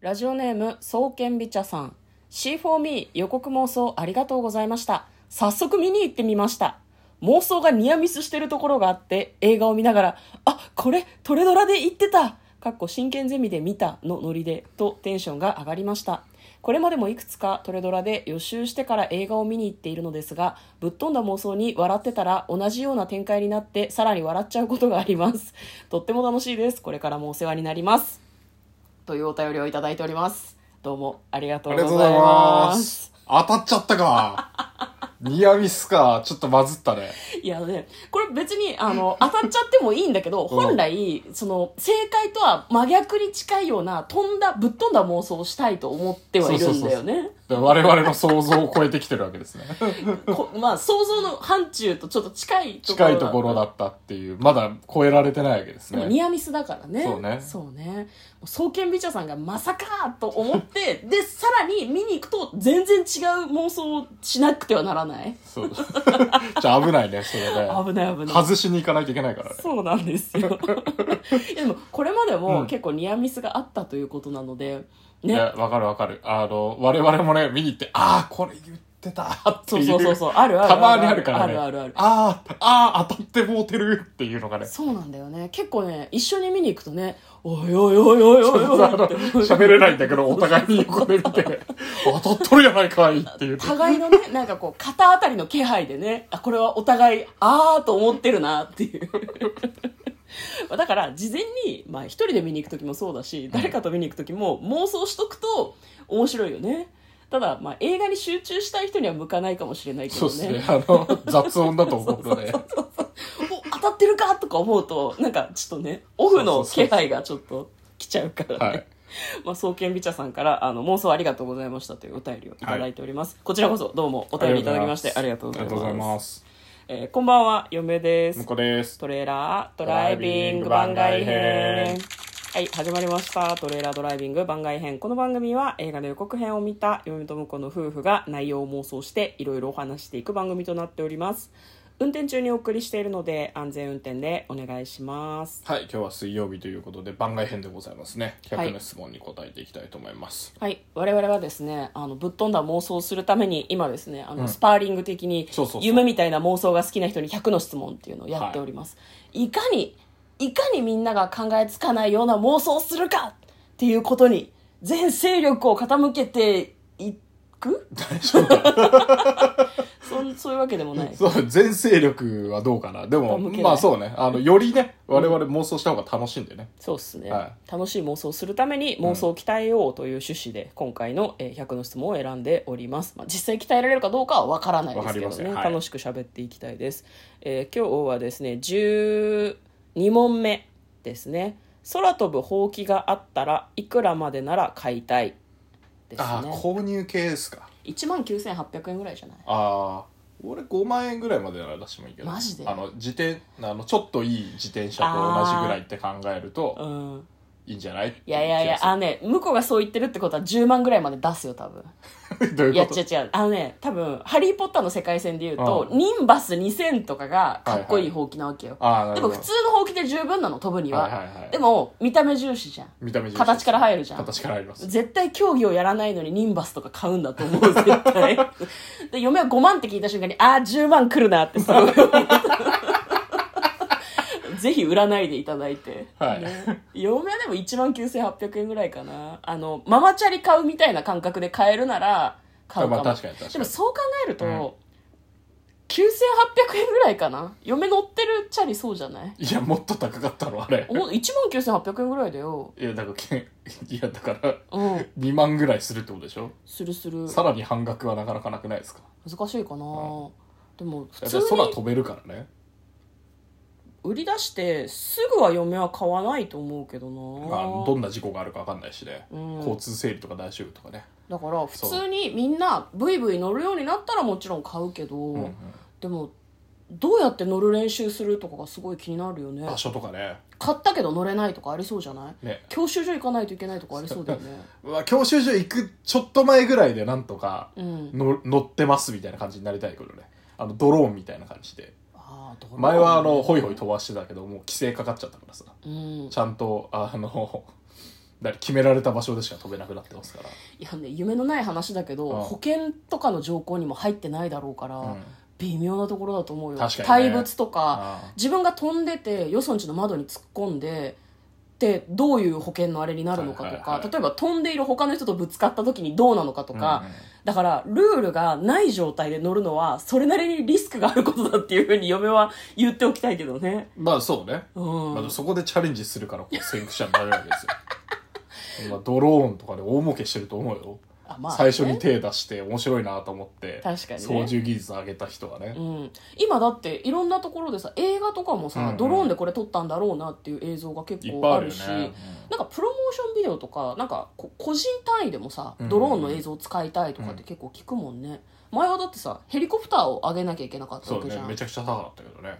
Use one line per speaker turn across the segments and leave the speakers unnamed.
ラジオネーム、総研美茶さん。C4Me 予告妄想ありがとうございました。早速見に行ってみました。妄想がニアミスしてるところがあって、映画を見ながら、あ、これ、トレドラで言ってたかっこ真剣ゼミで見たのノリで、とテンションが上がりました。これまでもいくつかトレドラで予習してから映画を見に行っているのですが、ぶっ飛んだ妄想に笑ってたら同じような展開になって、さらに笑っちゃうことがあります。とっても楽しいです。これからもお世話になります。というお便りをいただいております。どうもありがと
あ
う
りがと
ご
うご
ざ
ざ
い
い
ま。
ますす。当たっちゃったか。ニアミスか。ちょっとバズったね。
いやね、これ別にあの当たっちゃってもいいんだけど、
うん
本来、その正解とは真逆に近いような、飛んだ、ぶっ飛んだ妄想をしたいと思ってはいるんだよね。
で我々の想像を超えてきてるわ けですね。
こまあ、想像の範疇とちょっと近いところ
近いところだったっていう、まだ超えられてないわけです
でも
ね。
ニアミスだからね。
そうね
そうね。もう創建美茶さんがまさかと思って、 で、さらに見に行くと全然違う妄想をしなくてはならない。
そう。 じゃあ危ないね、それで。
危ない危ない。
外しに行かないといけないからね。
そうなんです よ。いやでも、これまで
う
も
ん
結構ニアミスがあったということなので、
い
ね。
や、わかるわかる。あの、我々もね、見に行って、ああ、これ言ってたって
そう
いう。
そうそうそう、あるあるある。
たまにあるからね。
あるあるある。
あーあー、当たってもうてるっていうのがね。
そうなんだよね。結構ね、一緒に見に行くとね、おいおいおいおいおいおい
あの
って。
喋れないんだけど、お互いに横で見 て、当たっとるやないかいっていう。
互いのね、なんかこう、肩あたりの気配でね、あ、これはお互い、あーと思ってるなっていう。 だから、事前に、まあ、一人で見に行く時もそうだし、誰かと見に行く時も妄想しとくと面白いよね。ただ、まあ、映画に集中したい人には向かないかもしれないけど
そうですね
ね。。
あの、 雑音だと思うので。
お、当たってるかとか思うと、なんかちょっとね、オフの気配がちょっと来ちゃうからね。
はい。
まあ、総研美茶さんからあの妄想ありがとうございましたというお便りをいただいております、こちらこそどうもお
お
便りいただきましてありがとうございます
す。
えーこんばんは嫁で
向
す
こうです。
トレーラードライビング番外編はい始まりましたトレーラードライビング番外編この番組は映画の予告編を見た嫁と婿の夫婦が内容を妄想していろいろお話していく番組となっております運転中にお送りしているので安全運転でお願いします
はい、今日は水曜日ということで番外編でございますね。
はい
100の質問に答えていきたいと思います。
はい、我々はですねあのぶっ飛んだ妄想をするために今ですねあの、
うん
スパーリング的に
そうそうそう
夢みたいな妄想が好きな人に100の質問っていうのをやっております、い、かにいかにみんなが考えつかないような妄想をするかっていうことに全勢力を傾けていく
大丈夫か
そんそういうわけでもない
そう、全勢力はどうかな。でも、
傾けない
まあそうね。あの、よりね、我々妄想した方が楽しいんでね。
そうっすね、
は
楽しい妄想をするために妄想を鍛えようという趣旨で今回のえー100の質問を選んでおります、まあ、実際鍛えられるかどうかは分からないですけど
わかり
ね、
ませんはい
楽しく喋っていきたいです、えー今日はですね12問目ですね空飛ぶほうきがあったらいくらまでなら買いたいです
ああ、
ね
購入系ですか。
1万9800円ぐらいじゃない
ああ俺5万円ぐらいまでなら出してもいいけど
マジで
あの自転あのちょっといい自転車と同じぐらいって考える
う
と
ん
いいんじゃない
いやいやいやあのね向こうがそう言ってるってことは10万ぐらいまで出すよ多分
あどう
い
い
や
う
違
こ
う
と
違うあのね多分「ハリー・ポッター」の世界線で言うと、
う
ニンバス2000とかがかっこいいほうきなわけよ、
ああな
で
る
も
ほど
普通のほうきで十分なの飛ぶには、
はいはいはい
でも見た目重視じゃん
見た目重視
形から入るじゃん
形から入ります
絶対競技をやらないのにニンバスとか買うんだと思う絶 対で嫁は5万って聞いた瞬間にああ10万来るなって さぜひ売らないでいただいて、
はい
ね嫁はでも1万9800円ぐらいかなあのママチャリ買うみたいな感覚で買えるなら買うかも、
まあ確かに確かに
でもそう考えると、
うん
9800円ぐらいかな嫁乗ってるチャリそうじゃない
いやもっと高かったのあれ
お1万9800円ぐらいだよ
いやだからけ いやだから
うん
2万ぐらいするってことでしょ
するする
さらに半額はなかなかなくないですか
難しいかな、でも普
だっ
通
て
に
空飛べるからね
売り出してすぐは嫁は買わないと思うけどな
あのどんな事故があるか分かんないしね、
うん
交通整理とか大丈夫とかね
だから普通にみんなブイブイ乗るようになったらもちろん買うけど、
うんうん
でもどうやって乗る練習するとかがすごい気になるよね
場所とかね
買ったけど乗れないとかありそうじゃない
ね
教習所行かないといけないとかありそうだよね
うわ教習所行くちょっと前ぐらいでなんとか
うん
の乗ってますみたいな感じになりたいけどねあのドローンみたいな感じで
あーどうなんだ
前
ろう
はあのホイホイ飛ばしてたけどもう規制かかっちゃったからさ
うん
ちゃんとあのだから決められた場所でしか飛べなくなってますから
いやね夢のない話だけど、
うん
保険とかの条項にも入ってないだろうから、
うん
微妙なところだと思うよ
確かにね
対物とか、
うん
自分が飛んでてよそんちの窓に突っ込んでってどういう保険のあれになるのかとか、
はいはいはい
例えば飛んでいる他の人とぶつかった時にどうなのかとか、
うんうん
だからルールがない状態で乗るのはそれなりにリスクがあることだっていうふうに嫁は言っておきたいけどね。
まあそうね、
うん
まあ、そこでチャレンジするからこう先駆者になれるわけですよ まあドローンとかで大儲けしてると思うよ、
あまあね
最初に手出して面白いなと思って
確かにね
操縦技術上げた人はね、
うん、今だっていろんなところでさ映画とかもさ、
うんうん
ドローンでこれ撮ったんだろうなっていう映像が結
いっぱい
構
あ
あ
る
る
よ
し
ね、
なんかプロモーションビデオとかなんかこ個人単位でもさ
うんうん
ドローンの映像を使いたいとかって結構聞くもんね、前はだってさヘリコプターを上げなきゃいけなかった
そ
わ
う
けじ
ね
ゃん、
めちゃくちゃ高かったけどね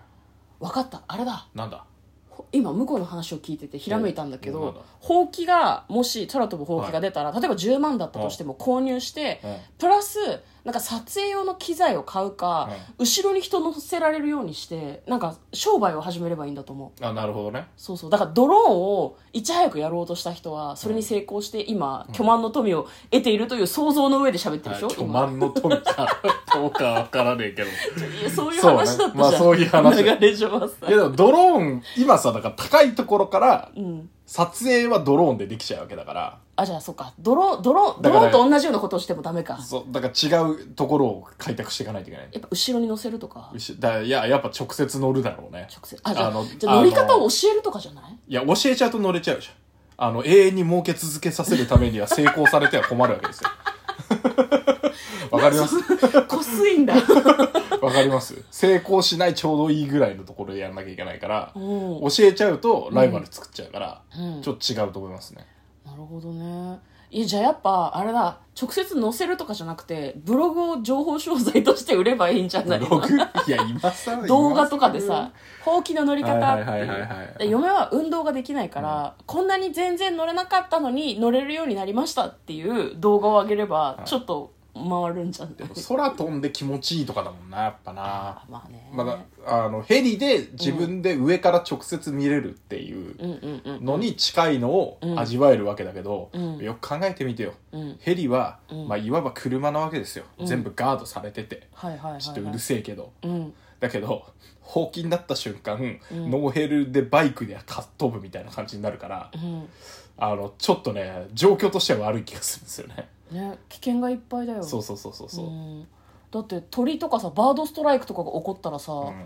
分かったあれだ
なんだ
ほ今向こうの話を聞いててひらめいたんだけ
うんなん
ど
だ
ほうきがもし空飛ぶほうきが出たら、例えば10万だったとしても購入して、
うん
プラスなんか撮影用の機材を買うか、後ろに人乗せられるようにしてなんか商売を始めればいいんだと思う
あなるほどね
そうそうだからドローンをいち早くやろうとした人はそれに成功して今、巨万の富を得ているという想像の上で喋ってるでしょ、
はい巨
今
万の富か どうかわからねえ けどい
いやそういう話だったじゃん、
そうねまあそういう話
流れ上はさ
やでもドローン今さだから高いところから
うん
撮影はドローンでできちゃうわけだから
あじゃあそっかドローンドローンド
だ
ロ
から
ーンと同じようなことをしてもダメか
そうだから違うところを開拓していかないといけない
やっぱ後ろに乗せるとか
うしだいややっぱ直接乗るだろうね
直接あじゃあ
あの
じゃあ乗り方を教えるとかじゃない
いや教えちゃうと乗れちゃうじゃんあの永遠に儲け続けさせるためには成功されては困るわけ ですよわかります
こすいんだ
わかります成功しないちょうどいいぐらいのところでやんなきゃいけないから
うん
教えちゃうとライバル作っちゃうから、
うん
ちょっと違うと思いますね
なるほどねいやじゃあやっぱあれだ直接載せるとかじゃなくてブログを情報商材として売ればいいんじゃな
ブ
い
ログいや今さ
動画とかでさほうきの乗り方っていう
はいはいはいはいはい
で嫁は運動ができないから、こんなに全然乗れなかったのに乗れるようになりましたっていう動画を上げればちょっと回るんじゃない、
空飛んで気持ちいいとかだもんなやっぱな
あまあね、
まだあのヘリで自分で上から直接見れるっていう
うんうんうん
のに近いのを味わえるわけだけど、
うん
よく考えてみてよ、
うん
ヘリは、
うん
まあ、いわば車なわけですよ、
ん
全部ガードされてて
はいはいはい、はい、
ちょっとうるせえけど、
うん
だけどほうきになった瞬間、ノーヘルでバイクでかっ飛ぶみたいな感じになるから、
うん
あのちょっとね状況としては悪い気がするんですよね、
ね危険がいっぱいだよ
そうそうそうそうそう、
うんだって鳥とかさバードストライクとかが起こったらさ、
うん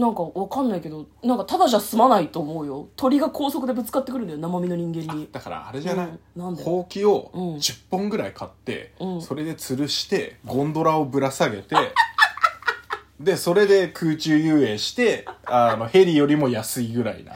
なんかわかんないけどなんかただじゃ済まないと思うよ鳥が高速でぶつかってくるんだよ生身の人間に
だからあれじゃない、
うんなんで
ほうきを
うん
10本ぐらい買って、
うん
それで吊るしてゴンドラをぶら下げてでそれで空中遊泳してあのヘリよりも安いぐらいな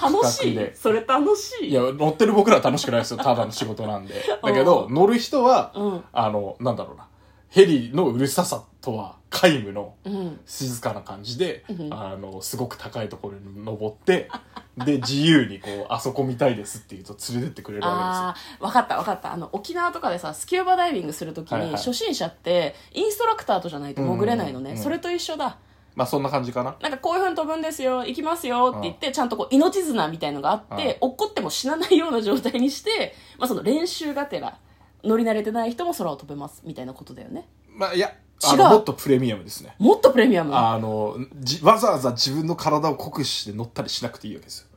楽し
比較
い
で
それ楽しい
いや乗ってる僕らは楽しくないですよただの仕事なん でだけど乗る人は、
うん
あのなんだろうなヘリのうるささとは皆無の
うん
静かな感じで、
うん
あのすごく高いところに登って で自由にこうあそこ見たいですって言うと連れてってくれるわ
ああ分かった分かったあの沖縄とかでさスキューバダイビングするとき
はいはい
に初心者ってインストラクターとじゃないと潜れないのね、
うんうんうん
それと一緒だ
けですよまあそんな感じかな
なんかこういうふうに飛ぶんですよ行きますよって言ってちゃんとこう命綱みたいのがあって落っこっても死なないような状態にして、まあ、その練習がてら乗り慣れてない人も空を飛べますみたいなことだよね
まあいやあ
違う
のもっとプレミアムですね
もっとプレミアムあ
あのじわざわざ自分の体を酷使して乗ったりしなくていいわけですよ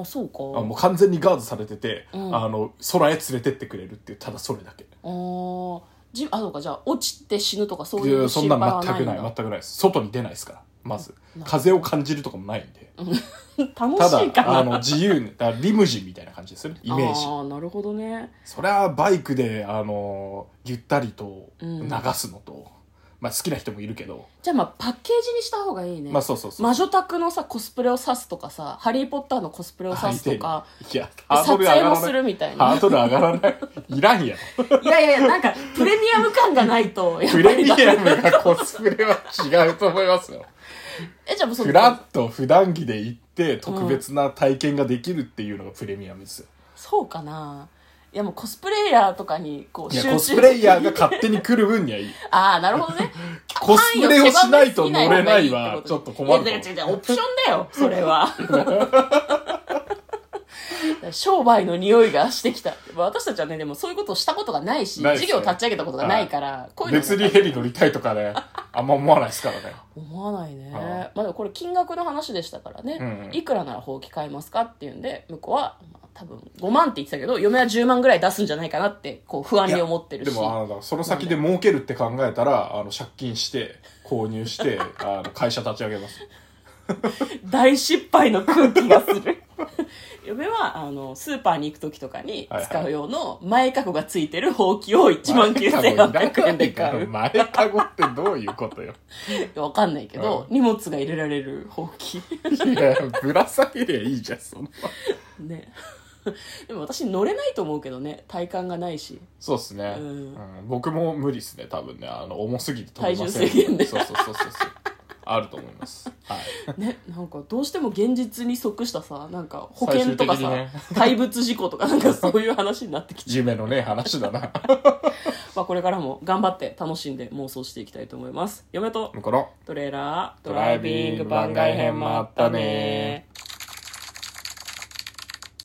あそうか
あもう完全にガードされてて、
うん
あの空へ連れてってくれるっていうただそれだけ
あーじあそうかじゃあ落ちて死ぬとかそう
い
い
や
う
そ
心配
んな
はな
の全
いん
く
だ
ない全くないです外に出ないですからまず
な
風を感じるとかもないんでた
楽しいか
だ
な
あの自由にだからリムジンみたいな感じですよねイメージ
ああなるほどね
そりゃバイクであのゆったりと
うん
流すのと、まあ好きな人もいるけど、
じゃあまあパッケージにした方がいいね、
まあそうそうそう
魔女宅のさコスプレを指すとかさハリー・ポッターのコスプレを指すとか
相手にいやハード
撮
ル上が
影
ら
も
ない
するみたい
ハ
な
ードル上がらないい らんやろ
いやいやいやなん かプレミアム感がないとやっ
プ
ぱ
レ
り
ミ
だ
アムがコスプレは違うと思いますよ
えじゃあもう そ
フラ
の
ッと普段着で行って特別な体験ができるっていうのがプレミアムですよ、
そうかないやもうコスプレイヤーとかにこう
い
集中
やコスプレイヤーが勝手に来る分にはいい
ああなるほどね
コスプレをしないと乗れないはちょっと困ると
いや
思
違う違う違うオプションだよそれは確商売の匂いがしてきた。私たちはね、でもそういうことをしたことがないし、
ないです
事業
ね
を立ち上げたことがないから、こういうのも
別にヘリ乗りたいとかね、あんま思わないですからね。
思わないね。
はい
まあでもこれ金額の話でしたからね、
うんうん
いくらならほうき買いますかっていうんで、向こうは、まあ、多分5万って言ってたけど、嫁は10万ぐらい出すんじゃないかなって、こう不安に思ってるし。
でもあのその先で儲けるって考えたらあの借金して購入して あの会社立ち上げます
大失敗の空気がする嫁はあのスーパーに行く時とかに使う用の前かごがついてるほうきを1万9800円で買う
前かごってどういうことよ
分かんないけど、荷物が入れられるほうき
いやぶら下げりゃいいじゃんそんな
ね でも私乗れないと思うけどね体幹がないし
そうっすね、
うん
うん僕も無理っすね多分ねあの重すぎて飛びません
体重制限で
そうそうそうそうそうあると思いますはい
ねなんかどうしても現実に即したさなんか保険とかさ、
最終
怪物事故とかなんかそういう話になってきて
夢のねえ話だな
まあこれからも頑張って楽しんで妄想していきたいと思います嫁と
だから
トレーラード
ドライビング番外編もあったね